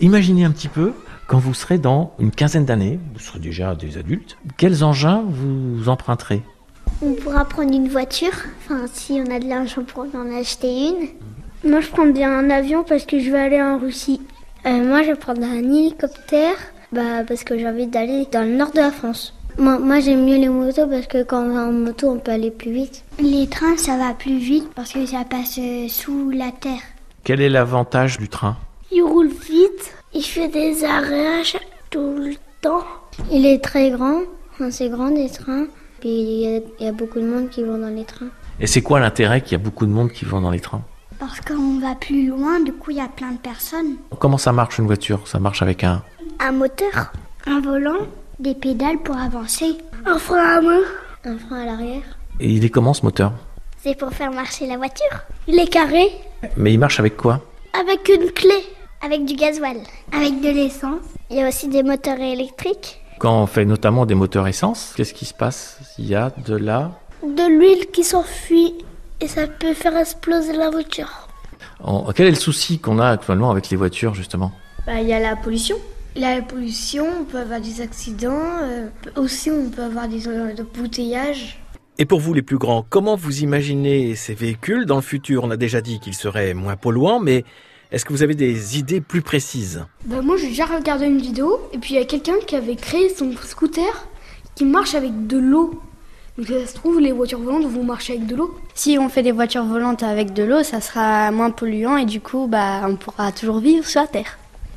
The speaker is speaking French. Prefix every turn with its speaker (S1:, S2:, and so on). S1: Imaginez un petit peu, quand vous serez dans une quinzaine d'années, vous serez déjà des adultes, quels engins vous emprunterez
S2: On pourra prendre une voiture, enfin si on a de l'argent pour en acheter une. Moi je prends bien un avion parce que je vais aller en Russie. Euh, moi je vais prendre un hélicoptère bah, parce que j'ai envie d'aller dans le nord de la France. Moi, moi j'aime mieux les motos parce que quand on va en moto on peut aller plus vite. Les trains ça va plus vite parce que ça passe euh, sous la terre.
S1: Quel est l'avantage du train
S2: Il roule vite, il fait des arrêts tout le temps. Il est très grand, Enfin, c'est grand des trains. Puis il y, a, il y a beaucoup de monde qui vont dans les trains.
S1: Et c'est quoi l'intérêt qu'il y a beaucoup de monde qui vont dans les trains
S2: Parce qu'on va plus loin, du coup il y a plein de personnes.
S1: Comment ça marche une voiture Ça marche avec un...
S2: Un moteur, un volant, des pédales pour avancer, un frein à main, un frein à l'arrière.
S1: Et il est comment ce moteur
S2: C'est pour faire marcher la voiture. Il est carré,
S1: Mais il marche avec quoi
S2: Avec une clé. Avec du gasoil. Avec de l'essence. Il y a aussi des moteurs électriques.
S1: Quand on fait notamment des moteurs essence, qu'est-ce qui se passe Il y a de la...
S2: De l'huile qui s'enfuit et ça peut faire exploser la voiture.
S1: en- Quel est le souci qu'on a actuellement avec les voitures justement
S3: Bah, il y a la pollution. La pollution, on peut avoir des accidents. euh, aussi, on peut avoir des euh, embouteillages.
S4: Et pour vous les plus grands, comment vous imaginez ces véhicules Dans le futur, on a déjà dit qu'ils seraient moins polluants, mais est-ce que vous avez des idées plus précises
S3: Bah, moi, j'ai déjà regardé une vidéo et puis il y a quelqu'un qui avait créé son scooter qui marche avec de l'eau. Donc, ça se trouve, les voitures volantes vont marcher avec de l'eau.
S5: Si on fait des voitures volantes avec de l'eau, ça sera moins polluant et du coup, bah, on pourra toujours vivre sur la Terre.